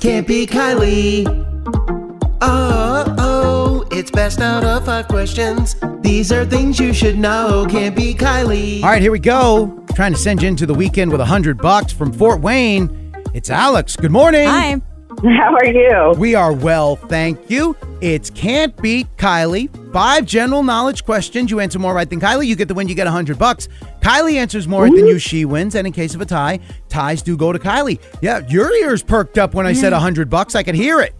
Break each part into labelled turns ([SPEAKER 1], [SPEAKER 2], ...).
[SPEAKER 1] Can't be Kylie. Oh, oh, it's best out of five questions. These are things you should know. Can't be Kylie.
[SPEAKER 2] All right, here we go. Trying to send you into the weekend with a hundred bucks from Fort Wayne. It's Alex. Good morning.
[SPEAKER 3] Hi.
[SPEAKER 4] How are you?
[SPEAKER 2] We are well, thank you. It's Can't Beat Kylie. Five general knowledge questions. You answer more right than Kylie, you get the win, you get a 100 bucks. Kylie answers more right than you, she wins. And in case of a tie, ties do go to Kylie. Yeah, your ears perked up when I said a 100 bucks. I could hear it.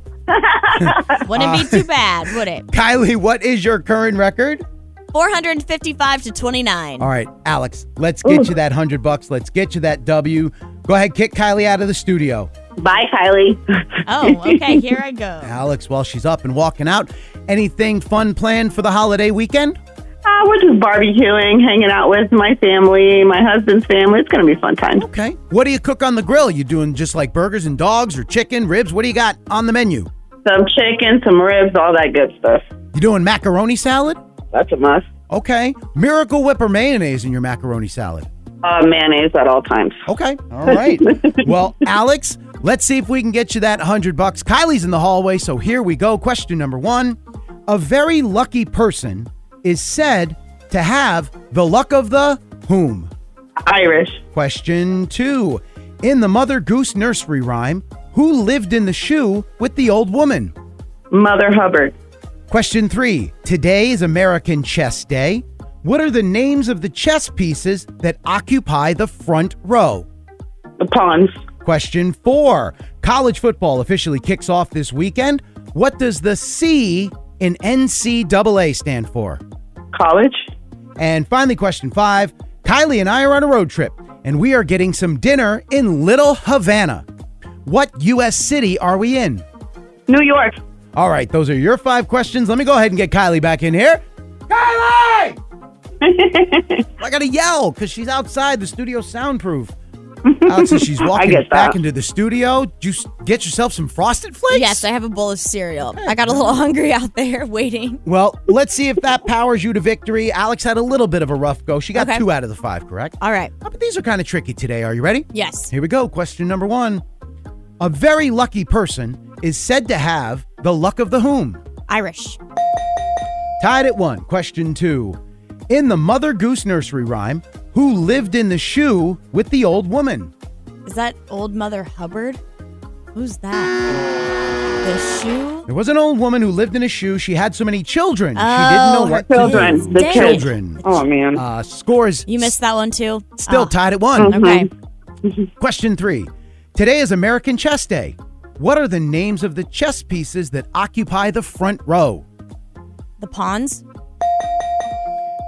[SPEAKER 3] Wouldn't be
[SPEAKER 2] Uh,
[SPEAKER 3] too bad, would it?
[SPEAKER 2] Kylie, what is your current record?
[SPEAKER 3] 455 to 29.
[SPEAKER 2] All right, Alex, let's get you that 100 bucks. Let's get you that W. Go ahead, kick Kylie out of the studio.
[SPEAKER 4] Bye, Kylie.
[SPEAKER 3] Oh, okay. Here I go.
[SPEAKER 2] Alex, while she's up and walking out, anything fun planned for the holiday weekend?
[SPEAKER 4] Uh, we're just barbecuing, hanging out with my family, my husband's family. It's going to be a fun time.
[SPEAKER 2] Okay. What do you cook on the grill? You doing just like burgers and dogs or chicken, ribs? What do you got on the menu?
[SPEAKER 4] Some chicken, some ribs, all that good stuff.
[SPEAKER 2] You doing macaroni salad?
[SPEAKER 4] That's a must.
[SPEAKER 2] Okay. Miracle Whip or mayonnaise in your macaroni salad?
[SPEAKER 4] Uh, mayonnaise at all times.
[SPEAKER 2] Okay. All right. well, Alex, let's see if we can get you that 100 bucks. Kylie's in the hallway, so here we go. Question number 1. A very lucky person is said to have the luck of the whom?
[SPEAKER 4] Irish.
[SPEAKER 2] Question 2. In the Mother Goose nursery rhyme, who lived in the shoe with the old woman?
[SPEAKER 4] Mother Hubbard.
[SPEAKER 2] Question three. Today is American Chess Day. What are the names of the chess pieces that occupy the front row?
[SPEAKER 4] The pawns.
[SPEAKER 2] Question four. College football officially kicks off this weekend. What does the C in NCAA stand for?
[SPEAKER 4] College.
[SPEAKER 2] And finally, question five. Kylie and I are on a road trip, and we are getting some dinner in Little Havana. What U.S. city are we in?
[SPEAKER 4] New York.
[SPEAKER 2] All right, those are your five questions. Let me go ahead and get Kylie back in here. Kylie! I gotta yell because she's outside the studio soundproof. Out since she's walking
[SPEAKER 4] get that.
[SPEAKER 2] back into the studio. Did you s- get yourself some frosted flakes?
[SPEAKER 3] Yes, I have a bowl of cereal. I got a little hungry out there waiting.
[SPEAKER 2] Well, let's see if that powers you to victory. Alex had a little bit of a rough go. She got
[SPEAKER 3] Okay.
[SPEAKER 2] two out of the five, correct?
[SPEAKER 3] All right.
[SPEAKER 2] Uh, But these are kind of tricky today. Are you ready?
[SPEAKER 3] Yes.
[SPEAKER 2] Here we go. Question number one. A very lucky person is said to have the luck of the whom?
[SPEAKER 3] Irish.
[SPEAKER 2] Tied at one. Question two. In the Mother Goose nursery rhyme, who lived in the shoe with the old woman?
[SPEAKER 3] Is that old Mother Hubbard? Who's that? The shoe?
[SPEAKER 2] There was an old woman who lived in a shoe. She had so many children.
[SPEAKER 3] Oh,
[SPEAKER 2] she didn't know what
[SPEAKER 4] children.
[SPEAKER 2] to do.
[SPEAKER 4] The
[SPEAKER 3] Dang it.
[SPEAKER 2] children.
[SPEAKER 4] Oh, man.
[SPEAKER 2] Uh, scores
[SPEAKER 3] You missed that one too?
[SPEAKER 2] still
[SPEAKER 3] Oh,
[SPEAKER 2] tied at one.
[SPEAKER 3] Okay.
[SPEAKER 2] Question three. Today is American Chess Day. What are the names of the chess pieces that occupy the front row?
[SPEAKER 3] The pawns?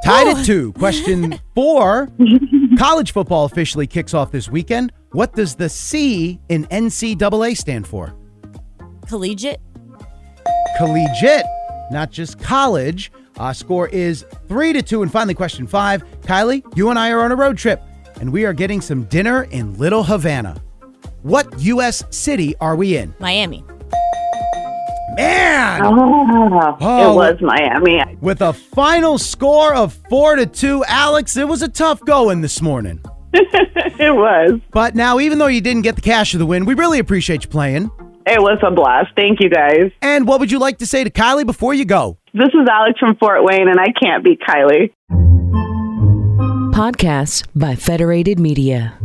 [SPEAKER 2] Tied at two. Question four. College football officially kicks off this weekend. What does the C in NCAA stand for?
[SPEAKER 3] Collegiate?
[SPEAKER 2] Collegiate, not just college. Uh, score is three to two. And finally, question five. Kylie, you and I are on a road trip, and we are getting some dinner in Little Havana. What U.S. city are we in?
[SPEAKER 3] Miami.
[SPEAKER 2] Man!
[SPEAKER 4] Oh,
[SPEAKER 2] Oh.
[SPEAKER 4] It was Miami.
[SPEAKER 2] With a final score of four to two, Alex, it was a tough going this morning.
[SPEAKER 4] It was.
[SPEAKER 2] But now, even though you didn't get the cash of the win, we really appreciate you playing.
[SPEAKER 4] It was a blast. Thank you, guys.
[SPEAKER 2] And what would you like to say to Kylie before you go?
[SPEAKER 4] This is Alex from Fort Wayne, and I can't beat Kylie.
[SPEAKER 5] Podcasts by Federated Media.